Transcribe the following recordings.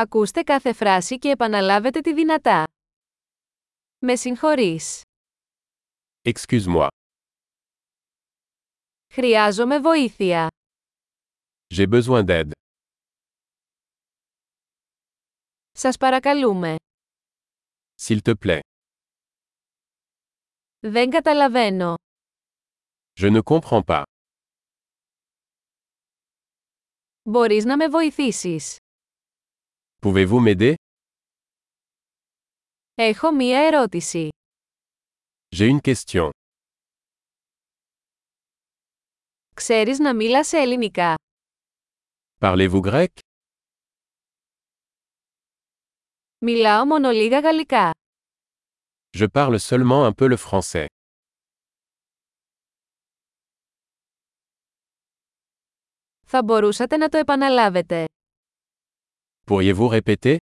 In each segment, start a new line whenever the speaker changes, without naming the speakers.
Ακούστε κάθε φράση και επαναλάβετε τη δυνατά. Με συγχωρείς.
Excuse-moi.
Χρειάζομαι βοήθεια.
J'ai besoin d'aide.
Σας παρακαλούμε.
S'il te plaît.
Δεν καταλαβαίνω.
Je ne comprends pas.
Μπορείς να με βοηθήσεις.
Pouvez-vous m'aider
Έχω μία ερώτηση.
J'ai une question.
Ξέρεις να μίλας ελληνικά.
Parlez-vous grec
Μιλάω μόνο λίγα γαλλικά.
Je parle seulement un peu le français.
Θα μπορούσατε να το επαναλάβετε.
Pourriez-vous répéter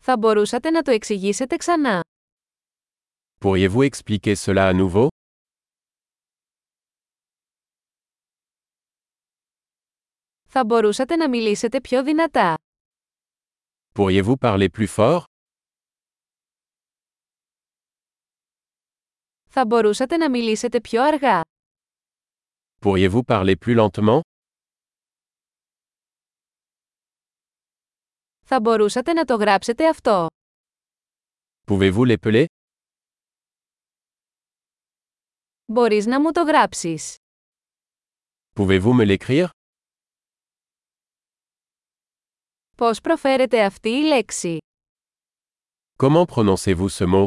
Θα μπορούσατε να το εξηγήσετε ξανά.
Pourriez-vous expliquer cela à nouveau
Θα μπορούσατε να μιλήσετε πιο δυνατά.
Pourriez-vous parler plus fort
Θα μπορούσατε να μιλήσετε πιο αργά.
Pourriez-vous parler plus lentement
Θα μπορούσατε να το γράψετε αυτό.
Pouvez-vous l'épeler
Μπορείς να μου το γράψεις.
Pouvez-vous me l'écrire
Πώς προφέρεται αυτή η λέξη.
Comment prononcez-vous ce mot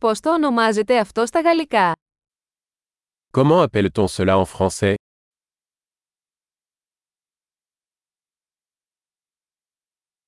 Πώς το ονομάζετε αυτό στα γαλλικά.
Comment appelle-t-on cela en français